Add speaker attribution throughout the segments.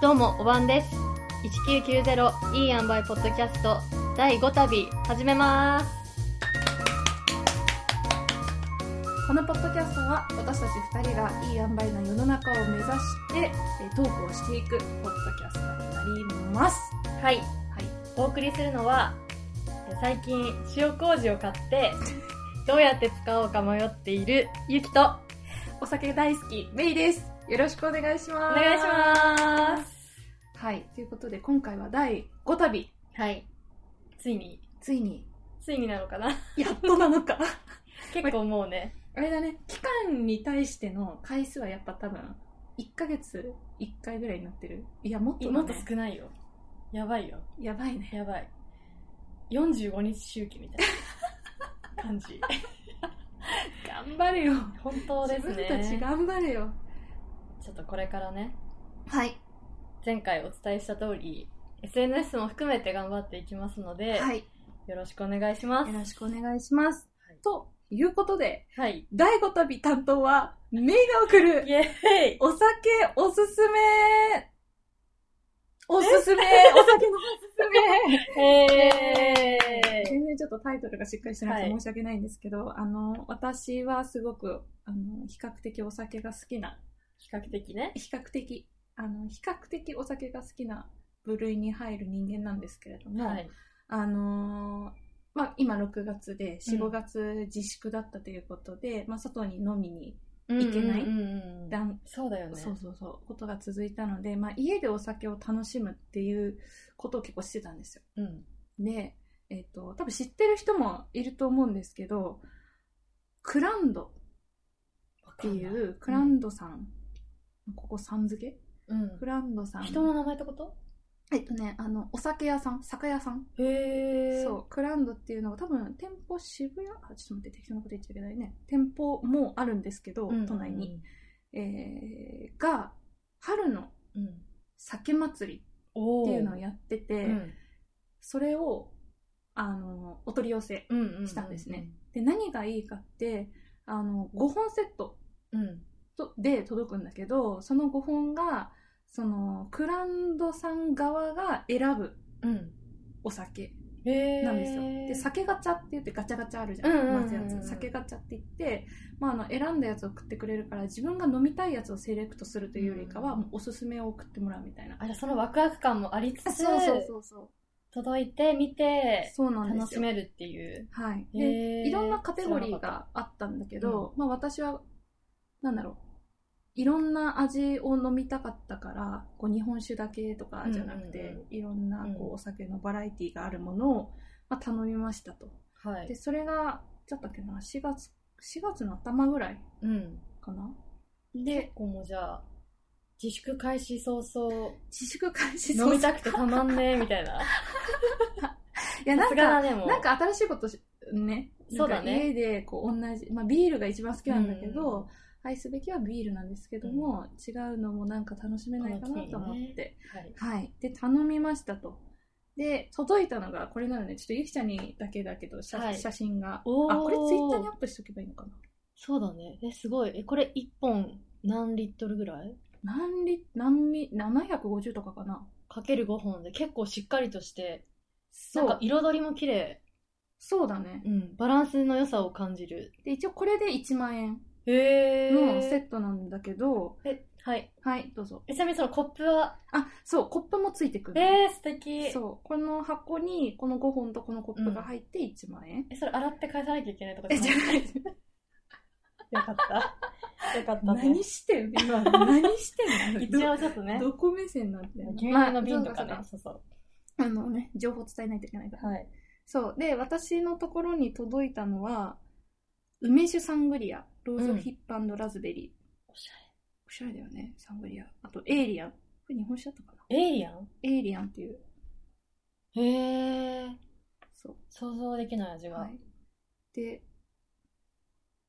Speaker 1: どうもおばんです1990いい塩梅ポッドキャスト第5旅始めます
Speaker 2: このポッドキャストは私たち2人がいい塩梅の世の中を目指してえートークをしていくポッドキャストになります
Speaker 1: はい
Speaker 2: はい
Speaker 1: お送りするのはえ最近塩麹を買 ってどうやって使おうか迷っているゆきとお
Speaker 2: お酒大好きメイですよろしくお願いします
Speaker 1: 願いします
Speaker 2: はいということで今回は第5旅
Speaker 1: すはいついに
Speaker 2: ついに
Speaker 1: ついになのか な
Speaker 2: やっとなのか
Speaker 1: 結構もうね
Speaker 2: あれだね期間に対しての回数はやっぱ多分1ヶ月1回ぐらいになってるいやもっとだね
Speaker 1: もっと少ないよやばいよ
Speaker 2: やばいね
Speaker 1: やばい45日周期みたいな感 じ
Speaker 2: 頑張れよ
Speaker 1: 本当ですね
Speaker 2: 自分たち頑張れよ
Speaker 1: ちょっとこれからね
Speaker 2: はい
Speaker 1: 前回お伝えした通り SNS も含めて頑張っていきますので、
Speaker 2: はい
Speaker 1: よろしくお願いします
Speaker 2: よろしくお願いします。
Speaker 1: はい
Speaker 2: ということで、
Speaker 1: はい
Speaker 2: 第5旅担当は、メイが送る
Speaker 1: イ、エーイ
Speaker 2: お酒おすすめ、おすすめ、 お酒のおすす
Speaker 1: え
Speaker 2: め。
Speaker 1: ーイ
Speaker 2: 全然ちょっとタイトルがしっかりしてなくて
Speaker 1: はい
Speaker 2: 申し訳ないんですけど、あの、私はすごく、あの、比較的お酒が好きな、
Speaker 1: 比較的ね
Speaker 2: 比較的、あの、比較的お酒が好きな部類に入る人間なんですけれども、
Speaker 1: はい
Speaker 2: あのーまあ、今6月で4、
Speaker 1: うん
Speaker 2: 5月自粛だったということで、まあ、外に飲みにいけない
Speaker 1: うんうんうん
Speaker 2: だん
Speaker 1: そうだよね
Speaker 2: そうそうそうことが続いたので、まあ、家でお酒を楽しむっていうことを結構してたんですよ。
Speaker 1: うん、
Speaker 2: で、えっと多分知ってる人もいると思うんですけどクランド
Speaker 1: っ
Speaker 2: っていうクランドさん、ここさん付け
Speaker 1: うん、
Speaker 2: クランドさん
Speaker 1: 人の名前ってこと
Speaker 2: えっとねあのお酒屋さん酒屋さん
Speaker 1: へえ
Speaker 2: そう、クランドっていうのが多分店舗渋谷、あ、ちょっと待って、適当なこと言っちゃいけないね。店舗もあるんですけど、
Speaker 1: うん
Speaker 2: 都内に。えーが、春の
Speaker 1: うん、
Speaker 2: 酒祭り
Speaker 1: お
Speaker 2: っ
Speaker 1: ー
Speaker 2: ていうのをやってて、
Speaker 1: うん
Speaker 2: それを、あの、お取り寄せ。
Speaker 1: うんうんうん
Speaker 2: したんですねで、何がいいかって、あの、5本セット
Speaker 1: うん
Speaker 2: とで届くんだけど、その5本が、その、クランドさん側が選ぶ
Speaker 1: うん
Speaker 2: お酒
Speaker 1: へー
Speaker 2: なんですよ。で、酒ガチャって言ってガチャガチャあるじゃ。
Speaker 1: うんうんうんうんん
Speaker 2: まずやつ。酒ガチャって言って、まあ、あの、選んだやつを送ってくれるから、自分が飲みたいやつをセレクトするというよりかは、
Speaker 1: うん
Speaker 2: もうおすすめを送ってもらうみたいな。
Speaker 1: あじゃあそのワクワク感もありつつ
Speaker 2: そうそうそうそう。
Speaker 1: 届いて見て
Speaker 2: そうなんで
Speaker 1: 楽
Speaker 2: す
Speaker 1: し
Speaker 2: よ。
Speaker 1: めるっていう
Speaker 2: はい。
Speaker 1: へ
Speaker 2: で、
Speaker 1: ー
Speaker 2: いろんなカテゴリーがあったんだけど、まあ、私は、なんだろう。いろんな味を飲みたかったから、こう日本酒だけとかじゃなく
Speaker 1: うんうん
Speaker 2: て
Speaker 1: う、
Speaker 2: いろんなこうお酒のバラエティがあるものを、まあ、頼みましたと。
Speaker 1: はい
Speaker 2: でそれがいつだったっけな4月4月の頭ぐらい
Speaker 1: うん
Speaker 2: かな
Speaker 1: でこうもうじゃあ自粛開始早々
Speaker 2: 自粛開始
Speaker 1: 飲み
Speaker 2: い
Speaker 1: たくてたまんねえみたいな
Speaker 2: や
Speaker 1: さ
Speaker 2: な
Speaker 1: すが
Speaker 2: んか
Speaker 1: だねもう
Speaker 2: なんか新しいことしね
Speaker 1: そうだね
Speaker 2: なんか家でこう同じ、まあ、ビールが一番好きなんだけど、愛すべきはビールなんですけども、違うのもなんか楽しめないかなと思って、
Speaker 1: はい
Speaker 2: はいで頼みましたとで届いたのがこれなのでちょっとゆきちゃんにだけだけど写,、
Speaker 1: はい
Speaker 2: 写真があ
Speaker 1: おー
Speaker 2: これツイッターにアップしとけばいいのかな
Speaker 1: そうだねえすごいえこれ1本何リットルぐらい
Speaker 2: 何リ何ミ750とかかな
Speaker 1: かける5本で結構しっかりとして
Speaker 2: そ
Speaker 1: なんか
Speaker 2: う
Speaker 1: 彩りも綺麗
Speaker 2: そうだね
Speaker 1: うんバランスの良さを感じる
Speaker 2: で一応これで1万円
Speaker 1: へ
Speaker 2: のセットなんだけど、
Speaker 1: えはい
Speaker 2: はいどうぞ
Speaker 1: えちなみにそのコップは
Speaker 2: あそうコップもついてくる、
Speaker 1: えー、素敵
Speaker 2: そうこの箱にこの5本とこのコップが入って1万円、
Speaker 1: えそれ洗って返さなきゃいけないとか
Speaker 2: えじゃない
Speaker 1: よかった。よかったね。
Speaker 2: 何してんの今 何してんの
Speaker 1: 一応ちょっとね
Speaker 2: ど、どこ目線なんだよ
Speaker 1: 牛乳の瓶とかね
Speaker 2: まあ。
Speaker 1: そうそう。
Speaker 2: あのね情報伝えないといけないから、
Speaker 1: はい。
Speaker 2: そうで私のところに届いたのは梅酒サングリアローズヒップラズベリー、
Speaker 1: おし
Speaker 2: おしゃれだよねサングリアあとエイリアンこれ日本酒だったかな
Speaker 1: ゃれ。エイリアン
Speaker 2: エイリアンっていう
Speaker 1: へえ。
Speaker 2: そう
Speaker 1: 想像できない味
Speaker 2: は
Speaker 1: が
Speaker 2: い。、で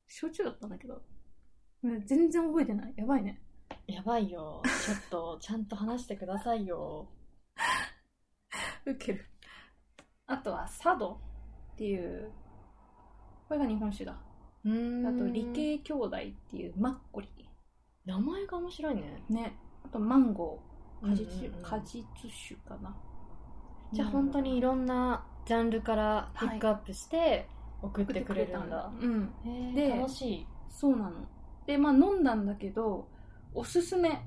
Speaker 2: 焼酎だったんだけどうん全然覚えてないやばいね
Speaker 1: やばいよ。ちょっ と、ちゃんと話してくださいよ。
Speaker 2: ウケるあとは佐渡っていうこれが日本酒だ
Speaker 1: うーん
Speaker 2: あと理。系兄弟っていうマッコリ
Speaker 1: 名前が面白いね。
Speaker 2: ねあとマンゴー果実酒、
Speaker 1: うんうんうん
Speaker 2: 果実酒かな
Speaker 1: じゃあ本当にいろんなジャンルからピックアップして送ってくれるんだ、
Speaker 2: うん
Speaker 1: で
Speaker 2: で
Speaker 1: 楽しい
Speaker 2: そうなのでまあ飲んだんだけどおすすめ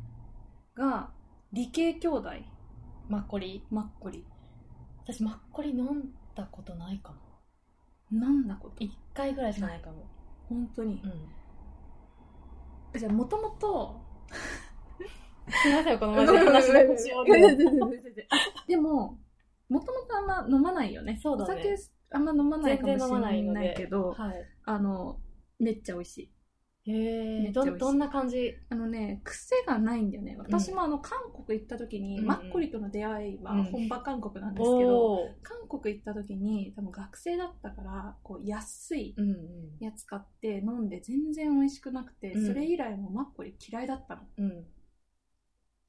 Speaker 2: が理系兄弟
Speaker 1: マッコリ
Speaker 2: マッコリ
Speaker 1: 私マッコリ飲んだことないかも
Speaker 2: なんだこと
Speaker 1: 1回ぐらいしかないかも、
Speaker 2: 本当に
Speaker 1: う、ん、
Speaker 2: じゃあもともと
Speaker 1: すいませんこの前で話の腰をね
Speaker 2: でももともとあんま飲まないよね
Speaker 1: そうだね
Speaker 2: お酒あんま飲まない
Speaker 1: 全然
Speaker 2: かも
Speaker 1: 飲まな
Speaker 2: し
Speaker 1: い
Speaker 2: れ
Speaker 1: の
Speaker 2: ない
Speaker 1: で
Speaker 2: けど
Speaker 1: はい、
Speaker 2: あのめっちゃ美味しい
Speaker 1: へ
Speaker 2: め
Speaker 1: え
Speaker 2: っち
Speaker 1: ど
Speaker 2: ゃ美味しい
Speaker 1: どんな感じ
Speaker 2: あのね癖がないんだよね私もあの韓国行った時に、
Speaker 1: うん
Speaker 2: マッコリとの出会いは
Speaker 1: うん
Speaker 2: 本場韓国なんですけど、
Speaker 1: おー
Speaker 2: 韓国行った時に多分学生だったからこう安い
Speaker 1: うん
Speaker 2: やつ買って飲んで全然美味しくなくて、
Speaker 1: うん
Speaker 2: それ以来もマッコリ嫌いだったの
Speaker 1: うんうん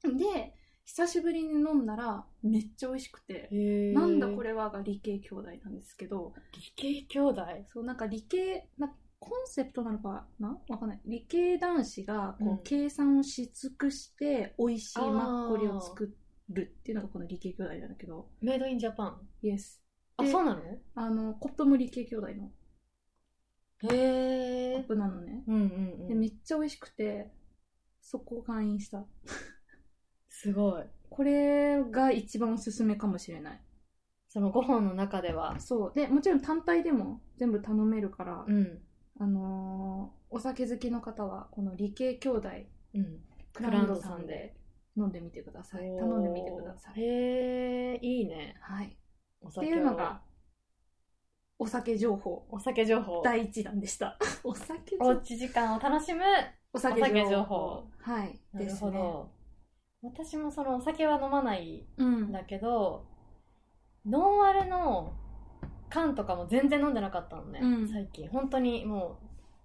Speaker 2: で久しぶりに飲んだらめっちゃ美味しくて、
Speaker 1: へえ
Speaker 2: なんだこ
Speaker 1: れ
Speaker 2: れはが理系兄弟なんですけど
Speaker 1: 理系兄弟
Speaker 2: そうなんか理系なんかコンセプトなのかなわかんない理系男子がこう、
Speaker 1: うん
Speaker 2: 計算をし尽くして美味しいマッコリを作るっていうのがこの理系兄弟なんだけど
Speaker 1: メイドインジャパン
Speaker 2: イエス
Speaker 1: あ
Speaker 2: で
Speaker 1: そうなの
Speaker 2: あのコップも理系兄弟の
Speaker 1: へ
Speaker 2: コッ
Speaker 1: え
Speaker 2: プなのね、
Speaker 1: うんうん
Speaker 2: で
Speaker 1: うん
Speaker 2: めっちゃ美味しくてそこを会員した
Speaker 1: すごい
Speaker 2: これが一番おすすめかもしれない
Speaker 1: そのご飯の中では
Speaker 2: そうでもちろん単体でも全部頼めるから、
Speaker 1: うん
Speaker 2: あのーお酒好きの方はこの理系兄弟
Speaker 1: うん
Speaker 2: クラウ
Speaker 1: クラウン
Speaker 2: ンド
Speaker 1: ド
Speaker 2: さ
Speaker 1: さ
Speaker 2: ん
Speaker 1: ん
Speaker 2: で
Speaker 1: で
Speaker 2: 飲んでみてください頼んでみてください
Speaker 1: へえいいね
Speaker 2: はい
Speaker 1: お
Speaker 2: って
Speaker 1: 酒を
Speaker 2: いうのがお酒情報
Speaker 1: お酒情報
Speaker 2: 第一弾でしたお酒
Speaker 1: お
Speaker 2: 情
Speaker 1: うち時間を楽しむ
Speaker 2: お酒
Speaker 1: お酒情報
Speaker 2: はい
Speaker 1: な
Speaker 2: で
Speaker 1: る
Speaker 2: す
Speaker 1: ほ
Speaker 2: ね
Speaker 1: ど、私もそのお酒は飲まない
Speaker 2: うん
Speaker 1: んだけどノンアルの缶とかも全然飲んでなかったのね、
Speaker 2: うん
Speaker 1: 最近本当にも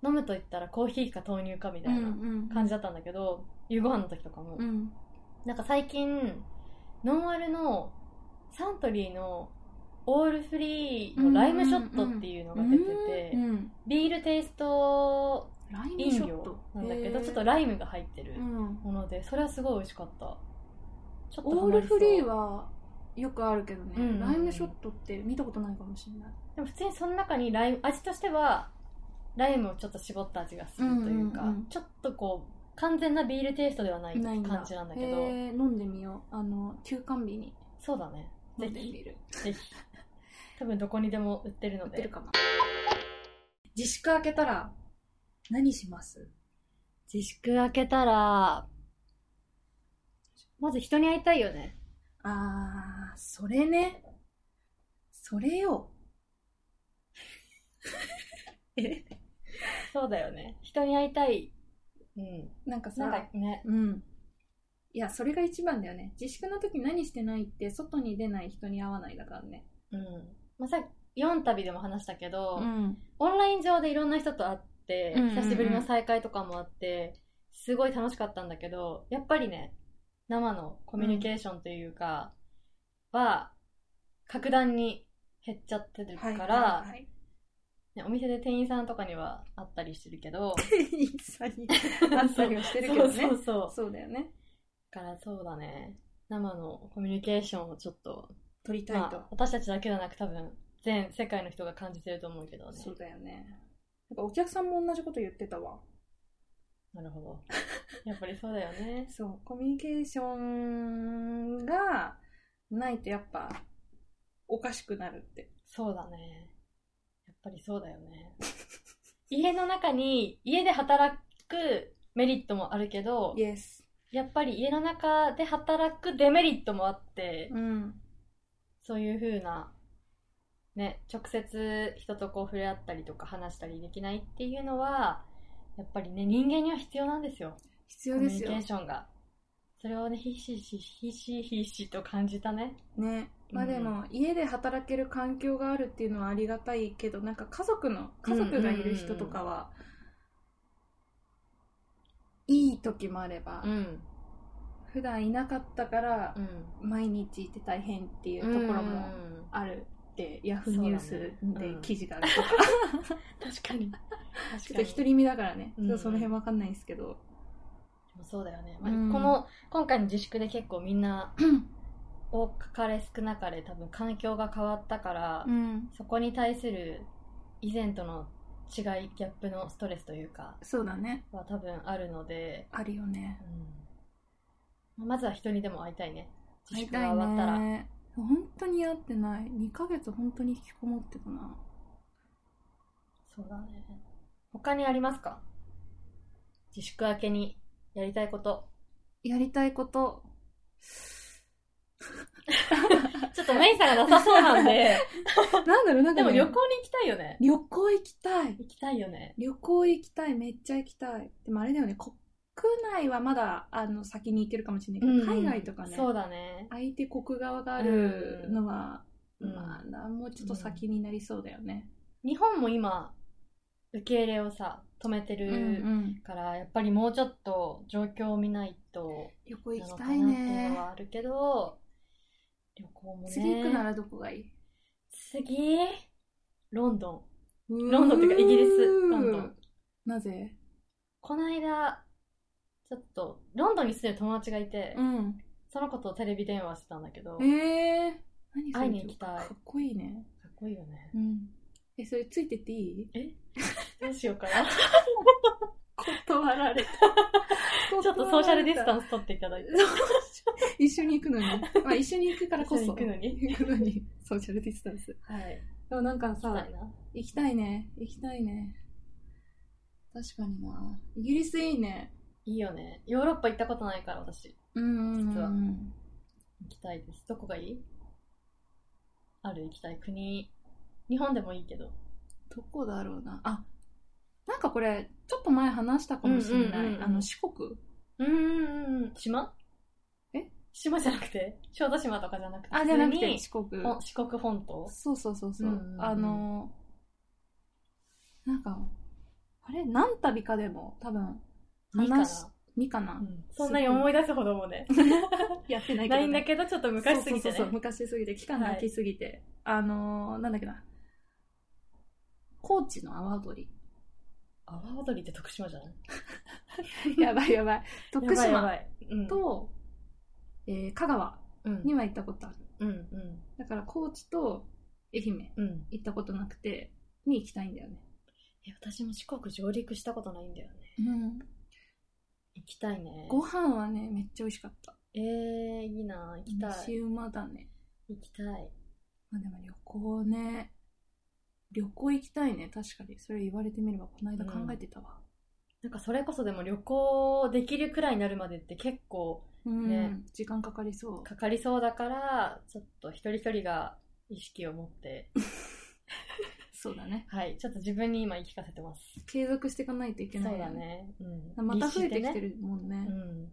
Speaker 1: う飲むと言ったらコーヒーか豆乳かみたいな感じだったんだけど、夕ご飯の時とかも、
Speaker 2: うんうん
Speaker 1: なんか最近ノンアルのサントリーのオールフリーのライムショットっていうのが出てて、
Speaker 2: うんうん
Speaker 1: ビールテイスト
Speaker 2: ライムシ
Speaker 1: 飲
Speaker 2: ョッ
Speaker 1: 料
Speaker 2: ト
Speaker 1: なんだけど
Speaker 2: へー
Speaker 1: ちょっとライムが入ってる
Speaker 2: うん
Speaker 1: ものでそれはすごい美味しかったちょっと
Speaker 2: オ
Speaker 1: ハ
Speaker 2: ー
Speaker 1: マ
Speaker 2: ル
Speaker 1: りそう
Speaker 2: フリーはよくあるけどね、
Speaker 1: うんうんうん
Speaker 2: ライムショットって見たことないかもしれない
Speaker 1: でも普通にその中にライム味としてはライムをちょっと絞った味がするというか、
Speaker 2: うんうんうん
Speaker 1: ちょっとこう完全なビールテイストではない
Speaker 2: ないんだ
Speaker 1: 感じなんだけ
Speaker 2: へ
Speaker 1: ど
Speaker 2: ー飲んでみようあの休館日に
Speaker 1: そうだね
Speaker 2: 飲
Speaker 1: ぜ
Speaker 2: んで
Speaker 1: ひ
Speaker 2: みる
Speaker 1: ぜひ多分どこにでも売ってるの
Speaker 2: 売ってる
Speaker 1: で
Speaker 2: かな自粛開けたら何します
Speaker 1: 自粛開けたらまず人に会いたいよね
Speaker 2: あーそれねそ れよえ
Speaker 1: そうだよね人に会いたいうん
Speaker 2: なんか
Speaker 1: な
Speaker 2: さ
Speaker 1: んかね
Speaker 2: うんいやそれが一番だよね自粛の時何してないって外に出ない人に会わないだからね
Speaker 1: うんまあ、さっき4旅でも話したけど、
Speaker 2: ん
Speaker 1: オンライン上でいろんな人と会って、
Speaker 2: うんうんうん
Speaker 1: 久しぶりの再会とかもあってすごい楽しかったんだけどやっぱりね生のコミュニケーションというか、は格段に減っちゃってるから、
Speaker 2: はいはい
Speaker 1: ねお店で店員さんとかには会ったりしてるけど
Speaker 2: 店員さんに会ったりはしてるけど
Speaker 1: そ
Speaker 2: ね
Speaker 1: うそうそう
Speaker 2: そうだよね
Speaker 1: だからそうだね生のコミュニケーションをちょっと、
Speaker 2: 撮りたい
Speaker 1: ま
Speaker 2: と、
Speaker 1: あ、私たちだけではなく多分全世界の人が感じてると思うけどね
Speaker 2: そうだよねなんかお客さんも同じこと言ってたわ
Speaker 1: なるほどやっぱりそうだよね
Speaker 2: そうコミュニケーションがないとやっぱおかしくなるって
Speaker 1: そうだね。やっぱりそうだよね。 家の中に、家で働くメリットもあるけど
Speaker 2: イ、エス
Speaker 1: やっぱり家の中で働くデメリットもあって、
Speaker 2: うん
Speaker 1: そういう風な、ね、直接人とこう触れ合ったりとか話したりできないっていうのは、やっぱりね、人間には必要なんですよ。
Speaker 2: 必
Speaker 1: コ
Speaker 2: 要
Speaker 1: ミ
Speaker 2: で
Speaker 1: ュニ
Speaker 2: す
Speaker 1: ケ
Speaker 2: よ
Speaker 1: ーションが。それをね、ひしひし、ひしひしと感じたね。
Speaker 2: ねまあ
Speaker 1: うん
Speaker 2: でも、家で働ける環境があるっていうのはありがたいけどなんか家族の家族がいる人とかは、いい時もあれば、
Speaker 1: ん。
Speaker 2: 普段いなかったから
Speaker 1: うん。
Speaker 2: 毎日いて大変っていうところもあるって、ヤフーニュースで記事がある とか、
Speaker 1: 確かに。確かに。
Speaker 2: ちょっと独り身だからね、
Speaker 1: うん
Speaker 2: ちょっとその辺わかんないんですけど
Speaker 1: でもそうだよね、まあ
Speaker 2: うん
Speaker 1: この今回の自粛で結構みん な多かれ少なかれ多分環境が変わったから、
Speaker 2: うん、
Speaker 1: そこに対する以前との違いギャップのストレスというか
Speaker 2: そうだね
Speaker 1: は多分あるので、
Speaker 2: あるよね
Speaker 1: うんまあまずは人にでも会いたいね自
Speaker 2: 会い
Speaker 1: 粛
Speaker 2: た
Speaker 1: が
Speaker 2: い
Speaker 1: 終わったら、
Speaker 2: ね本当に会ってない2ヶ月本当に引きこもってたな
Speaker 1: そうだね他にありますか自粛明けにやりたい こと
Speaker 2: やりた いこと
Speaker 1: ちょっとメイさんがなさそうなん で
Speaker 2: なんだろうなん
Speaker 1: で
Speaker 2: かね、
Speaker 1: も旅行に行きたいよね
Speaker 2: 旅行行きたい
Speaker 1: 行きたいよね
Speaker 2: 旅行行きたいめっちゃ行きたいでもあれだよね国内はまだあの先に行けるかもしれないけど、海外とかね
Speaker 1: そうだね
Speaker 2: 相手国側があるのは、
Speaker 1: うん
Speaker 2: まあもうちょっと先になりそうだよね、
Speaker 1: 日本も今受け入れをさ止めて
Speaker 2: う
Speaker 1: る、
Speaker 2: ん
Speaker 1: からやっぱりもうちょっと状況を見ないと
Speaker 2: 旅行
Speaker 1: な
Speaker 2: 行
Speaker 1: の
Speaker 2: き
Speaker 1: か
Speaker 2: た
Speaker 1: なっ
Speaker 2: い
Speaker 1: ていう
Speaker 2: ね
Speaker 1: のはあるけど旅行もね
Speaker 2: 次行くならどこがいい
Speaker 1: 次ロンドンロンドンっていうかイギリスロンドン
Speaker 2: なぜ
Speaker 1: この間ちょっとロンドンに住んでる友達がいて、
Speaker 2: ん
Speaker 1: その子とテレビ電話してたんだけどか
Speaker 2: ええ何それ
Speaker 1: 会いに行きたい
Speaker 2: かっこいいね
Speaker 1: っこいいよね
Speaker 2: うんえそれついてっていい
Speaker 1: どうしようか なち
Speaker 2: 断られ た
Speaker 1: ょっとソーシャルディスタンス取っていただいて
Speaker 2: 一緒に行くのに、まあ、一緒に行くからこそ
Speaker 1: 一緒に行くのに
Speaker 2: 行くのにソーシャルディスタンス
Speaker 1: はい
Speaker 2: でもなんか
Speaker 1: そうだ
Speaker 2: さ
Speaker 1: いな
Speaker 2: 行きたいね行きたいね確かになイギリスいいね
Speaker 1: いいよねヨーロッパ行ったことないから私
Speaker 2: うん
Speaker 1: 実は
Speaker 2: うん
Speaker 1: 行きたいですどこがいいある行きたい国日本でもいいけど
Speaker 2: どこだろうなあなんかこれちょっと前話したかもしれない、
Speaker 1: うんうんうんうん
Speaker 2: あの四国
Speaker 1: うんうんうん島
Speaker 2: え
Speaker 1: 島じゃなくて小豆島とかじゃなくて
Speaker 2: あじゃなくて
Speaker 1: 普
Speaker 2: 四国
Speaker 1: 通にお四国本島
Speaker 2: そうそうそうそう、
Speaker 1: うんうんうん
Speaker 2: あのなんかあれ何旅かでも多分
Speaker 1: いいかな、
Speaker 2: 話2かな、
Speaker 1: うんそんなに思い出すほどもね
Speaker 2: やってないけ
Speaker 1: な
Speaker 2: ど、ね、
Speaker 1: いんだけどちょっと昔すぎて
Speaker 2: そうそうそう
Speaker 1: ね
Speaker 2: 昔すぎて期間
Speaker 1: はい
Speaker 2: 空きすぎて、あのーなんだっけな高知の阿波踊
Speaker 1: 阿波踊りって徳島じゃない
Speaker 2: り やばいやばい徳
Speaker 1: やば
Speaker 2: 島
Speaker 1: いやばいうん
Speaker 2: と、えー香川
Speaker 1: うん
Speaker 2: には行ったことある
Speaker 1: うんうん
Speaker 2: だから高知と愛媛
Speaker 1: うん
Speaker 2: 行ったことなくてに行きたいんだよね
Speaker 1: え私も四国上陸したことないんだよね
Speaker 2: うん
Speaker 1: 行きたいね
Speaker 2: ご飯はねめっちゃ美味しかった
Speaker 1: えー、いいな行きた
Speaker 2: 西
Speaker 1: い
Speaker 2: 馬だね
Speaker 1: 行きたい
Speaker 2: まあでも旅行ね旅行行きたいね確かにそれ言われてみればこの間考えてたわ、
Speaker 1: なんかそれこそでも旅行できるくらいになるまでって結構
Speaker 2: うん
Speaker 1: ね
Speaker 2: 時間かかりそう
Speaker 1: かかりそうだからちょっと一人一人が意識を持 って
Speaker 2: そうだね
Speaker 1: はいちょっと自分に今言い聞かせてます
Speaker 2: 継続していかないといけ
Speaker 1: そう
Speaker 2: ないよ
Speaker 1: だね、うん、
Speaker 2: また増えて
Speaker 1: 律し
Speaker 2: き
Speaker 1: てね、
Speaker 2: るもんね
Speaker 1: うん、ちょ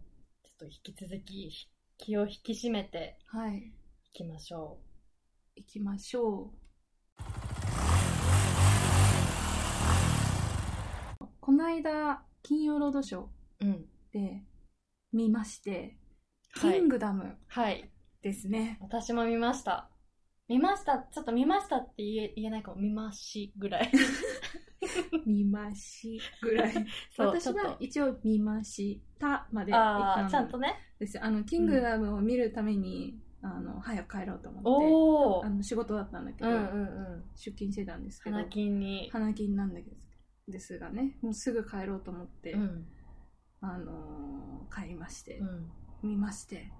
Speaker 1: っと引き続き気を引き締めて
Speaker 2: はい
Speaker 1: いきましょ
Speaker 2: 行きましょうこの間金曜ロードショー
Speaker 1: ううん
Speaker 2: で見まして「キ
Speaker 1: はい
Speaker 2: ングダム
Speaker 1: はい」
Speaker 2: で すね、
Speaker 1: 私も見ました見ましたちょっと見ましたって言え言えないかも見ましぐら い
Speaker 2: 見ましぐらい
Speaker 1: そう
Speaker 2: 私
Speaker 1: ちょ
Speaker 2: は
Speaker 1: っ
Speaker 2: 一応見ましたまで
Speaker 1: とああ
Speaker 2: 行っ
Speaker 1: ちゃ
Speaker 2: た
Speaker 1: ん
Speaker 2: ん
Speaker 1: とね
Speaker 2: ですよあのキングダムを見るために、あの早く帰ろうと思って
Speaker 1: おお
Speaker 2: あの仕事だったんだけ
Speaker 1: うん
Speaker 2: ど、
Speaker 1: うんうん
Speaker 2: 出勤してたんですけど
Speaker 1: 花金に
Speaker 2: 花金なんだけどですがねもうすぐ帰ろうと思って、
Speaker 1: うん
Speaker 2: あのー帰りまして、
Speaker 1: うん
Speaker 2: 見まして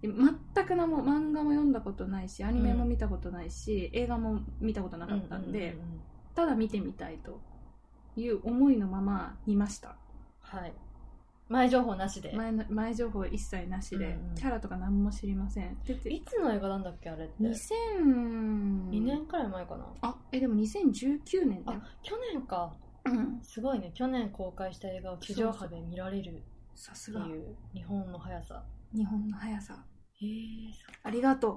Speaker 2: で全く何も漫画も読んだことないしアニメも見たことないし、映画も見たことなかったんで、
Speaker 1: うううんうん
Speaker 2: ただ見てみたいという思いのまま見ました
Speaker 1: はい前情報なしで
Speaker 2: 前の前情報一切なしで、
Speaker 1: うんうん
Speaker 2: キャラとか何も知りませんで
Speaker 1: いつの映画なんだっけあれって2
Speaker 2: 2000
Speaker 1: 年くらい前かな
Speaker 2: あえでも2019年だよ
Speaker 1: あ、去年か
Speaker 2: うん、
Speaker 1: すごいね去年公開した映画を地上波で見られる
Speaker 2: さ
Speaker 1: って
Speaker 2: すが
Speaker 1: いう日本の速さ
Speaker 2: 日本の速さ
Speaker 1: へえそ
Speaker 2: ありがとう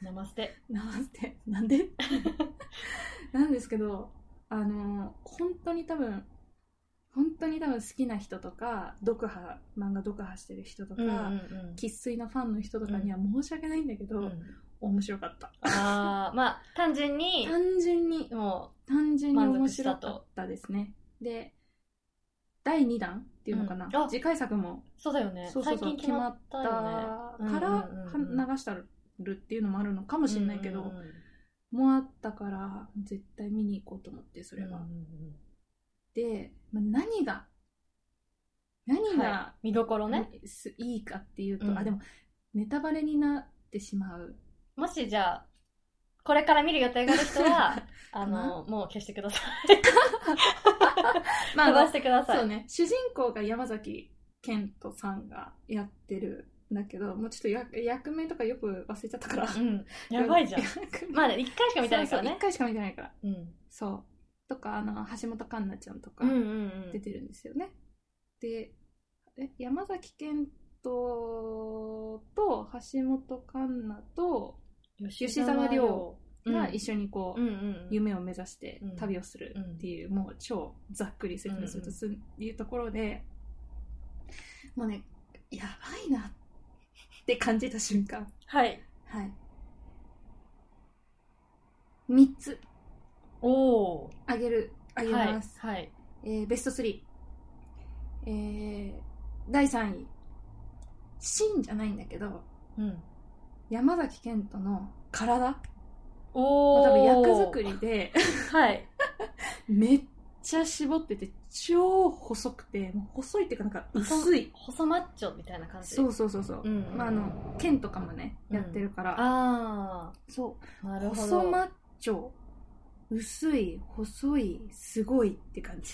Speaker 1: うナマステ
Speaker 2: なんてな んでなんですけどあの本当に多分本当に多分好きな人とか読破漫画読破してる人とか
Speaker 1: うん
Speaker 2: 生粋、のファンの人とかには申し訳ないんだけど、
Speaker 1: うんうん
Speaker 2: 面白かった
Speaker 1: ああまあ単純に
Speaker 2: 単純に
Speaker 1: も
Speaker 2: 単純に
Speaker 1: 満
Speaker 2: 面
Speaker 1: 足した
Speaker 2: 白
Speaker 1: と
Speaker 2: かったですねで第2弾っていうのかな、
Speaker 1: うんあ
Speaker 2: 次回作も
Speaker 1: そうだよね
Speaker 2: そうそうそ
Speaker 1: 最
Speaker 2: う
Speaker 1: 近決まった
Speaker 2: だ
Speaker 1: よね
Speaker 2: か
Speaker 1: うん
Speaker 2: ら
Speaker 1: うんうんうん
Speaker 2: 流したるっていうのもあるのかもしれないけど、
Speaker 1: うんうんうん
Speaker 2: もうあったから絶対見に行こうと思ってそれは、
Speaker 1: うんうんうん
Speaker 2: で、まあ、何が何が
Speaker 1: は、い見どころね
Speaker 2: すいいかっていうと、
Speaker 1: うん
Speaker 2: あでもネタバレになってしまう
Speaker 1: もしじゃあこれから見る予定がある 人はあのもう消してください
Speaker 2: ま
Speaker 1: 飛ばしてください
Speaker 2: そうね主人公が山崎賢人さんがやってるんだけどもうちょっとや役名とかよく忘れちゃったから
Speaker 1: うんやばいじゃんまあね一回しか見てないから
Speaker 2: そうそう
Speaker 1: ね
Speaker 2: 一回しか見てないから
Speaker 1: うん
Speaker 2: そうとかあの橋本環奈ちゃんとか
Speaker 1: うんうんう
Speaker 2: 出
Speaker 1: ん
Speaker 2: てるんですよね、でえ山崎賢人と橋本環奈と吉沢亮が一緒にこう、
Speaker 1: うんうんうん
Speaker 2: 夢を目指して
Speaker 1: うん
Speaker 2: 旅をするっていう、もう超ざっくり説明するとそういうところで、もうねやばいなって感じた瞬間
Speaker 1: はい
Speaker 2: はい3つ
Speaker 1: おお
Speaker 2: あげるあげ
Speaker 1: はい
Speaker 2: ます、
Speaker 1: はい
Speaker 2: えーベスト3、えー、第3位シーンじゃないんだけど
Speaker 1: うん
Speaker 2: 山崎賢人の体
Speaker 1: お
Speaker 2: 多
Speaker 1: お
Speaker 2: 分役作りで
Speaker 1: はい
Speaker 2: めっちゃ絞ってて超細くてもう細いっていうかなんか薄い
Speaker 1: 細マッチョみたいな感じ
Speaker 2: そうそうそうそう、
Speaker 1: うんうん
Speaker 2: まあ、あの剣とかもね
Speaker 1: うん
Speaker 2: やってるから、
Speaker 1: あ
Speaker 2: そ
Speaker 1: あな
Speaker 2: う
Speaker 1: るほど
Speaker 2: 細マッチョ薄い細いすごいって感じ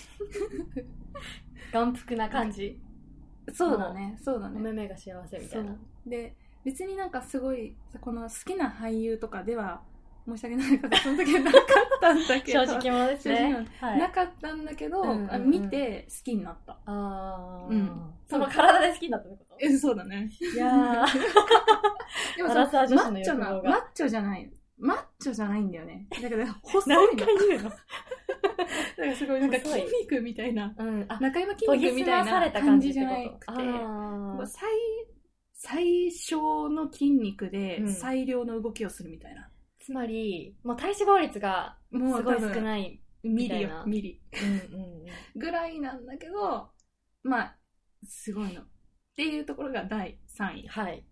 Speaker 1: 眼福な感じ
Speaker 2: そうだね そうだ
Speaker 1: お
Speaker 2: ね
Speaker 1: 目目が幸せみたいな
Speaker 2: そうで別になんかすごいこの好きな俳優とかでは申し訳ないけどその時はなかったんだ け
Speaker 1: 正
Speaker 2: ど
Speaker 1: 直者です
Speaker 2: 正直
Speaker 1: ね
Speaker 2: 者
Speaker 1: はい
Speaker 2: なかったんだけど、
Speaker 1: うんうんうん
Speaker 2: あ見て好きになった
Speaker 1: ああ、
Speaker 2: うん
Speaker 1: その体で好きになったってこ
Speaker 2: えそうだね
Speaker 1: と いやー、
Speaker 2: でも
Speaker 1: ア
Speaker 2: さ
Speaker 1: ラサー女子
Speaker 2: マ
Speaker 1: の
Speaker 2: ッチョ
Speaker 1: 欲
Speaker 2: な、
Speaker 1: 望
Speaker 2: マ
Speaker 1: が
Speaker 2: ッチョじゃない。マッチョじゃないんだよね。だけど、細いの。
Speaker 1: 言うの
Speaker 2: なんかすごい、なんか
Speaker 1: 細
Speaker 2: 筋
Speaker 1: い
Speaker 2: 肉みたいな。
Speaker 1: うん、あ、
Speaker 2: 中山筋
Speaker 1: 研ぎ
Speaker 2: 肉み
Speaker 1: 澄
Speaker 2: たい
Speaker 1: まさ
Speaker 2: な
Speaker 1: れた
Speaker 2: 感
Speaker 1: 感じ
Speaker 2: じ
Speaker 1: っ
Speaker 2: じ
Speaker 1: てこ
Speaker 2: ゃない
Speaker 1: と
Speaker 2: く
Speaker 1: あ。
Speaker 2: てもう
Speaker 1: ー
Speaker 2: 最、最小の筋肉で
Speaker 1: うん
Speaker 2: 最良の動きをするみたいな。
Speaker 1: つまり、もう体脂肪率が
Speaker 2: も
Speaker 1: す
Speaker 2: う
Speaker 1: ご
Speaker 2: 多
Speaker 1: い少
Speaker 2: 分、
Speaker 1: ない。
Speaker 2: ミリ
Speaker 1: みたい
Speaker 2: よ
Speaker 1: な、
Speaker 2: ミリ。
Speaker 1: うんうんうん。
Speaker 2: ぐらいなんだけど、まあ、すごいの。っていうところが第3位。
Speaker 1: はい。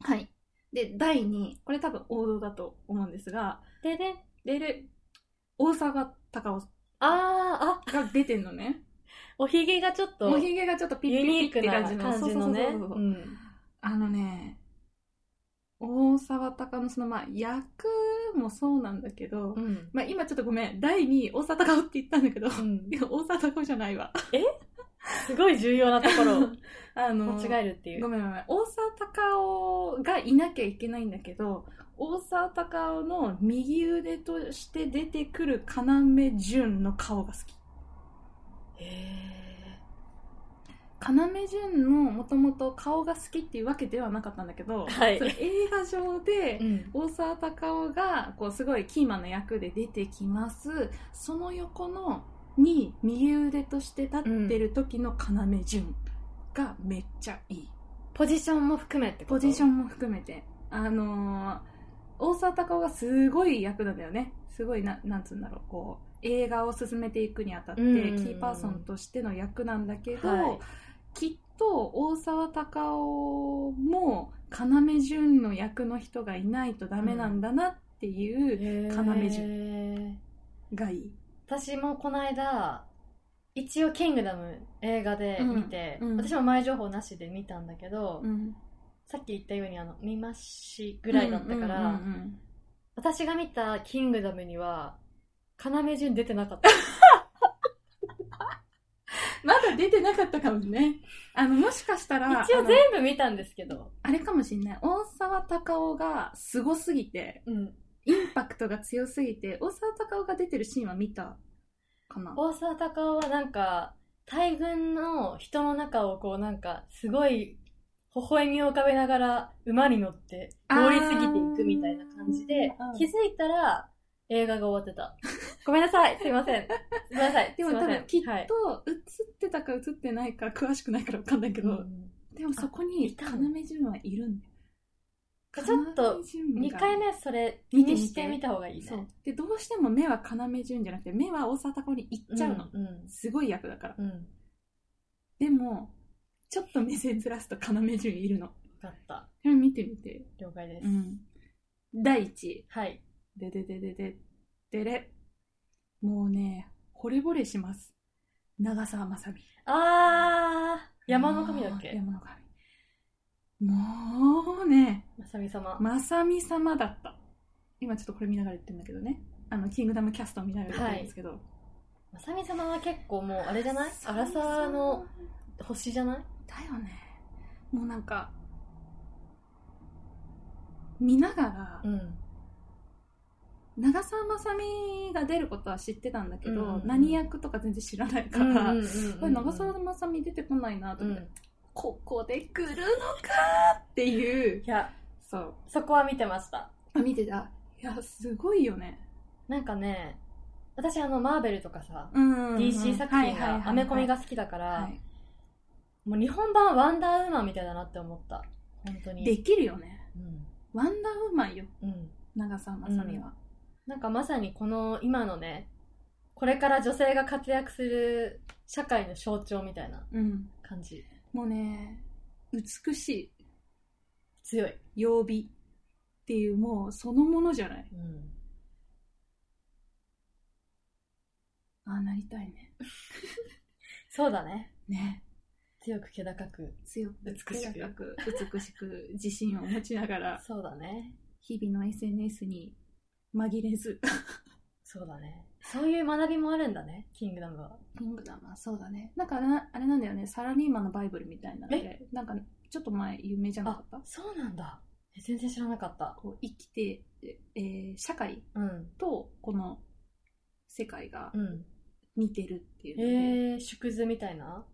Speaker 2: はい。で、第2位。これ多分王道だと思うんですが、
Speaker 1: でね、
Speaker 2: レレ、大沢たかお
Speaker 1: あー、あ、
Speaker 2: が出てんのね。
Speaker 1: おひげがちょっと、
Speaker 2: おひげがちょっとピッ
Speaker 1: ユ
Speaker 2: ピ
Speaker 1: ニー
Speaker 2: ッピッ
Speaker 1: ク
Speaker 2: って
Speaker 1: な
Speaker 2: 感じの
Speaker 1: 感じのね。
Speaker 2: そうそうそうそううんあのね大沢たかのそのまあ役もそうなんだけど、
Speaker 1: うん。
Speaker 2: まあ、今ちょっとごめん第2位大沢たかおって言ったんだけど
Speaker 1: うん
Speaker 2: いや大沢たかおじゃないわ
Speaker 1: すごい重要なところを
Speaker 2: あの
Speaker 1: 間違えるっていう
Speaker 2: ご。めんごめん大沢たかおがいなきゃいけないんだけど大沢たかおの右腕として出てくる要潤の顔が好き
Speaker 1: へ
Speaker 2: 要潤のもともと顔が好きっていうわけではなかったんだけど、
Speaker 1: はい
Speaker 2: それ映画上で
Speaker 1: ーうん。
Speaker 2: 大沢たかおがこうすごいキーマンの役で出てきますその横のに右腕として立ってる時の要潤がめっちゃいい、
Speaker 1: ポジションも含めってこ
Speaker 2: ポ
Speaker 1: と
Speaker 2: ジショ
Speaker 1: ン。
Speaker 2: ンも含めてあのー大沢たかおがすごい役なんだよねすごいななんつうんだろうこう映画を進めていくにあたってキ
Speaker 1: うんうんうん
Speaker 2: ーパーソンとしての役なんだけど、
Speaker 1: はい
Speaker 2: きっと大沢たかおも要潤の役の人がいないとダメなんだなっていう
Speaker 1: へー
Speaker 2: 要がいい、
Speaker 1: 私もこの間一応「キングダム」映画で見て、
Speaker 2: うんうん
Speaker 1: 私も前情報なしで見たんだけど、
Speaker 2: うん、
Speaker 1: さっき言ったようにあの見ましぐらいだったから、
Speaker 2: うんうん
Speaker 1: 私が見た「キングダム」には要潤出てなかった
Speaker 2: まだ出てなかったかもねあのもしかしたら
Speaker 1: 一
Speaker 2: あ
Speaker 1: 応
Speaker 2: の
Speaker 1: 全部見たんですけど、
Speaker 2: あれかもしんない大沢たかおがすごすぎて
Speaker 1: うん、
Speaker 2: インパクトが強すぎて大沢たかおが出てるシーンは見たかな
Speaker 1: 大沢たかおはなんか大群の人の中をこうなんかすごい微笑みを浮かべながら馬に乗って通り過ぎていくみたいな感じで
Speaker 2: あーうん
Speaker 1: 気づいたら映画が終わって たごめんなさいすいませんすいません
Speaker 2: ですも
Speaker 1: いま
Speaker 2: 多
Speaker 1: せ
Speaker 2: 分
Speaker 1: ん
Speaker 2: きっ
Speaker 1: はい
Speaker 2: と映ってたか映ってないか詳しくないから分かんないけど、
Speaker 1: うん
Speaker 2: でもそこに
Speaker 1: いた
Speaker 2: 要
Speaker 1: の
Speaker 2: 潤はいるんだよ
Speaker 1: でちょっと
Speaker 2: 2
Speaker 1: 2回目それ気
Speaker 2: 見てみて
Speaker 1: にしてみた方がいいね
Speaker 2: そうでどうしても目は要潤じゃなくて目は大沢たかおに行っちゃうの、
Speaker 1: うん
Speaker 2: すごい役だから
Speaker 1: うん
Speaker 2: でも、ちょっと目線ずらすと要潤いるの。
Speaker 1: かった。
Speaker 2: それ見てみて。
Speaker 1: 了解です。
Speaker 2: うん。第1位。
Speaker 1: はい。
Speaker 2: ででででで、でれ。もうね、惚れ惚れします。長澤まさみ。
Speaker 1: あー、山の神だっけ
Speaker 2: 山の神。もうね、
Speaker 1: まさみ様。
Speaker 2: まさみ様だった。今ちょっとこれ見ながら言ってるんだけどね。あの、キングダムキャスト見ながら言ってるんですけど。
Speaker 1: まさみ様は結構もう、あれじゃない
Speaker 2: さ
Speaker 1: ア
Speaker 2: み様
Speaker 1: ラサーの。星じゃない
Speaker 2: だよね。もうなんか、見ながら
Speaker 1: う、ん。
Speaker 2: 長澤まさみが出ることは知ってたんだけど、
Speaker 1: うんうん
Speaker 2: 何役とか全然知らないから、これ長澤まさみ出てこないなと
Speaker 1: う
Speaker 2: 思
Speaker 1: ん。
Speaker 2: って、
Speaker 1: い
Speaker 2: ここで来るのかっていう
Speaker 1: や、
Speaker 2: そう
Speaker 1: そこは見てました。
Speaker 2: あ見てたいやすごいよね
Speaker 1: なんかね、私あの、マーベルとかさ、
Speaker 2: うん
Speaker 1: DC 作品
Speaker 2: はいはいはいは
Speaker 1: が、
Speaker 2: い
Speaker 1: アメコミが好きだから、
Speaker 2: は
Speaker 1: もう日本版ワンダーウーマンみたいだなって思った。本当
Speaker 2: い
Speaker 1: に。
Speaker 2: できるよね
Speaker 1: うん。
Speaker 2: ワンダーウーマンよ
Speaker 1: うん。
Speaker 2: 長澤まさみは、
Speaker 1: なんかまさにこの今のね、これから女性が活躍する社会の象徴みたいな
Speaker 2: うん、
Speaker 1: 感じ。
Speaker 2: もうね美し
Speaker 1: 強い。
Speaker 2: い曜日っていうもうそのものじゃない
Speaker 1: うん。
Speaker 2: ああなりたいね
Speaker 1: そうだね。
Speaker 2: ね
Speaker 1: 強く気高く。
Speaker 2: 強く
Speaker 1: 美しく
Speaker 2: 高く美しく自信を持ちながら
Speaker 1: そうだね。
Speaker 2: 日々の SNS に紛れず
Speaker 1: そうだね。そういう学びもあるんだね、キングダムは。
Speaker 2: キングダムはそうだね。なんかなあれなんだよね、サラリーマンのバイブルみたいなので、なんかちょっと前有名じゃなかった
Speaker 1: そうなんだ。え全然知らなかった。
Speaker 2: こう生きて、えー社会
Speaker 1: うん。
Speaker 2: とこの世界が
Speaker 1: うん。
Speaker 2: 似てるっていうので、
Speaker 1: えー、縮図みたいな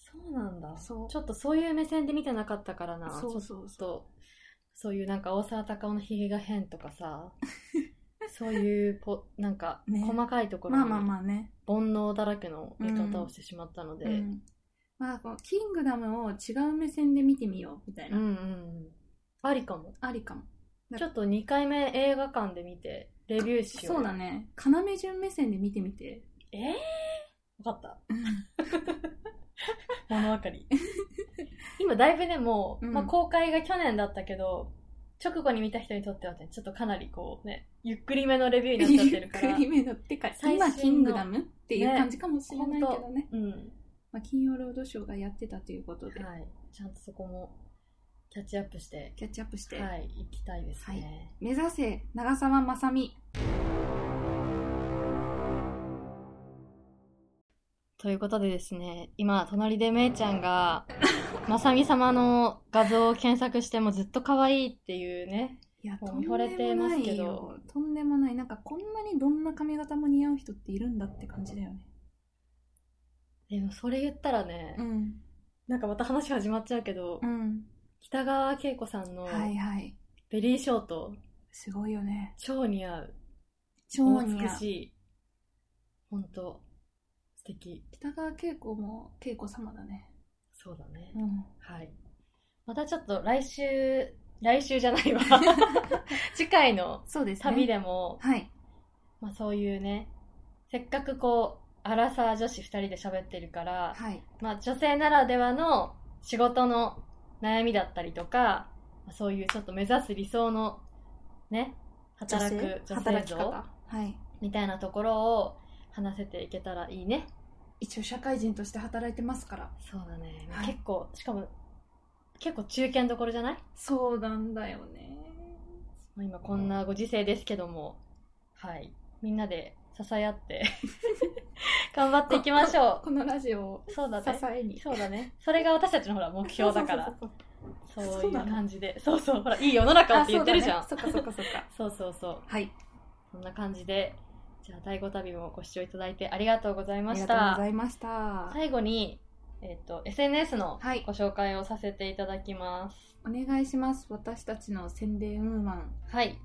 Speaker 1: そうなんだ。
Speaker 2: そう
Speaker 1: ちょっとそういう目線で見てなかったからな。
Speaker 2: そうそう
Speaker 1: ちょっ
Speaker 2: そう。
Speaker 1: と、そういうなんか大沢たかおのひげが変とかさ、 そういうぽ、なんか、
Speaker 2: ね
Speaker 1: 細かいところ
Speaker 2: まあ
Speaker 1: に
Speaker 2: まあ
Speaker 1: 煩
Speaker 2: まあね。
Speaker 1: 悩だらけの見方をしてしまったので、
Speaker 2: う
Speaker 1: うん
Speaker 2: んまあ、こうキングダムを違う目線で見てみようみたい
Speaker 1: うんう
Speaker 2: な、
Speaker 1: ん。ありかも。
Speaker 2: ありかも。なん
Speaker 1: ち
Speaker 2: か
Speaker 1: ょっと2回目映画館で見て、レビューしよう。
Speaker 2: そうだね。要潤目線で見てみて。
Speaker 1: ええー、わかった。物分かり。 今だいぶね、もう、
Speaker 2: うん
Speaker 1: まあ、公開が去年だったけど、直後に見た人にとってはね、ちょっとかなりこうね、ゆっくりめのレビューになっちゃってる から。
Speaker 2: ゆっくりめのってか、
Speaker 1: 最新の
Speaker 2: 今キングダムっていう感じかもしれないけ
Speaker 1: ね
Speaker 2: どね。
Speaker 1: うん。
Speaker 2: まあ、金曜ロードショーがやってたということで、
Speaker 1: はい、ちゃんとそこもキャッチアップして、
Speaker 2: キャッチアップして、
Speaker 1: はい、行きたいですね。
Speaker 2: 目指せ長澤まさみ
Speaker 1: ということでですね、今、隣でめいちゃん が、まさみ様の画像を検索して、もうずっと可愛いっていうね、
Speaker 2: いや
Speaker 1: もう
Speaker 2: とんでもな
Speaker 1: 見
Speaker 2: い
Speaker 1: 惚れてますけど
Speaker 2: よとんでもないなんかこんなにどんな髪型も似合う人っているんだって感じだよね
Speaker 1: でもそれ言ったらね、
Speaker 2: ん
Speaker 1: なんかまた話始まっちゃうけど、
Speaker 2: うん
Speaker 1: 北川景子さんの
Speaker 2: はいはい
Speaker 1: ベリーショート、
Speaker 2: すごいよね
Speaker 1: 超似合う。
Speaker 2: 超似合う
Speaker 1: 美しい。ほんと、素敵。
Speaker 2: 北川景子も景子様だね
Speaker 1: そうだね。
Speaker 2: ん
Speaker 1: はい。またちょっと来週、来週じゃ ないわ。次回の
Speaker 2: そうですね
Speaker 1: 旅でも、
Speaker 2: はい
Speaker 1: まあそういうね、せっかくこう、アラサー女子2人で喋ってるから、
Speaker 2: はい
Speaker 1: まあ女性ならではの仕事の悩みだったりとか、まあそういうちょっと目指す理想のね、働く女性
Speaker 2: 働き
Speaker 1: 像
Speaker 2: 方はい
Speaker 1: みたいなところを話せていけたらいいね。
Speaker 2: 一応社会人として働いてますから
Speaker 1: そうだね。
Speaker 2: はい
Speaker 1: 結構、しかも、結構中堅どころじゃない
Speaker 2: そうなんだよね
Speaker 1: まあ今こんなご時世ですけども、はい、みんなで支え合って 頑張っていきましょ
Speaker 2: このラジオを
Speaker 1: う。そうだ
Speaker 2: 支
Speaker 1: ね。
Speaker 2: えに
Speaker 1: そうだね。それが私たちのほら目標だか
Speaker 2: そう
Speaker 1: ら、
Speaker 2: そうそう
Speaker 1: そ
Speaker 2: そう
Speaker 1: う
Speaker 2: うそう
Speaker 1: いう感じで、そうそう、ほらいい世の中をって言ってるじゃん。
Speaker 2: あそうだねそっかそっかそっか。
Speaker 1: そうそうそう。
Speaker 2: はい。
Speaker 1: そんな感じで、じゃあ第5旅もご視聴いただいてありがとうござい
Speaker 2: あ
Speaker 1: ま
Speaker 2: り
Speaker 1: し
Speaker 2: がとう
Speaker 1: た
Speaker 2: ご。ざいました。は
Speaker 1: 最後に、えっ、と SNS の
Speaker 2: い。
Speaker 1: ご紹介をさせていただきます。
Speaker 2: お願いします。私たちの宣伝ウーマン。
Speaker 1: はい。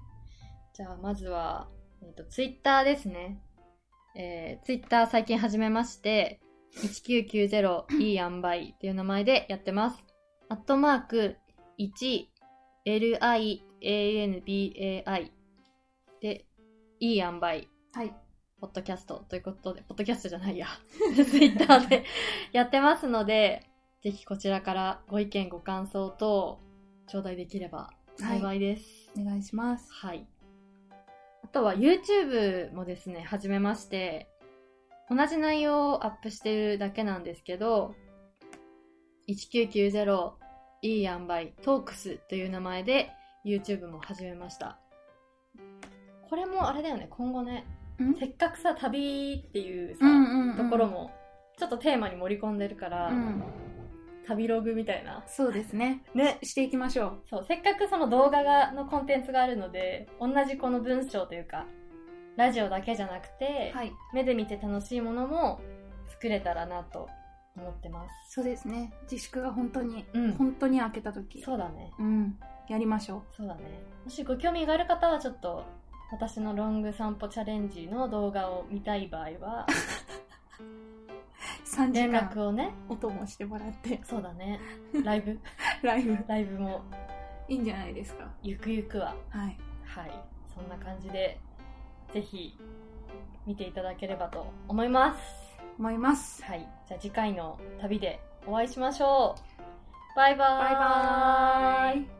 Speaker 1: じゃあ、まずは、えっ、と、ツイッターですね。えー、ツイッター最近始めまして、1990いい塩梅っていう名前でやってます。アットマーク、1LIANBAI で、いい塩梅
Speaker 2: はい。
Speaker 1: ポッドキャストということで、ポッドキャストじゃないや、ツイッターでやってますので、ぜひこちらからご意見、ご感想等、頂戴できれば幸いです。
Speaker 2: お願いします。
Speaker 1: はい。あとは YouTube もですね、始めまして、同じ内容をアップしてるだけなんですけど、1990いい塩梅トークスという名前で YouTube も始めました。これもあれだよね、今後ね、
Speaker 2: うん
Speaker 1: せっかくさ、旅っていうさ、
Speaker 2: うんうん
Speaker 1: ところも、ちょっとテーマに盛り込んでるから、
Speaker 2: うん
Speaker 1: 旅ログみたいな。
Speaker 2: そうですね。
Speaker 1: ね。
Speaker 2: していきましょ
Speaker 1: そう、せっかくその動画がのコンテンツがあるので、同じこの文章というか、ラジオだけじゃなく
Speaker 2: う。
Speaker 1: て、
Speaker 2: はい。
Speaker 1: 目で見て楽しいものも作れたらなと思ってます。
Speaker 2: そうですね。自粛が本当に、
Speaker 1: うん
Speaker 2: 本当に開けた時。
Speaker 1: そうだね。
Speaker 2: うん。やりましょ
Speaker 1: そうだね。もしご興味がある方はちょっと、私のロング散歩チャレンジの動画を見たい場合 は、
Speaker 2: う。3時
Speaker 1: 連
Speaker 2: 間
Speaker 1: 絡をね、
Speaker 2: お供してもらって、
Speaker 1: そうだね。ライ ブ
Speaker 2: ライブ。
Speaker 1: ライブも、
Speaker 2: いいんじゃないですか。
Speaker 1: ゆくゆくは、
Speaker 2: はい。
Speaker 1: はい。そんな感じで、ぜひ、見ていただければと思います。
Speaker 2: 思います。
Speaker 1: はい、じゃあ次回の旅でお会いしましょう。バイバーイ。
Speaker 2: バイバーイ。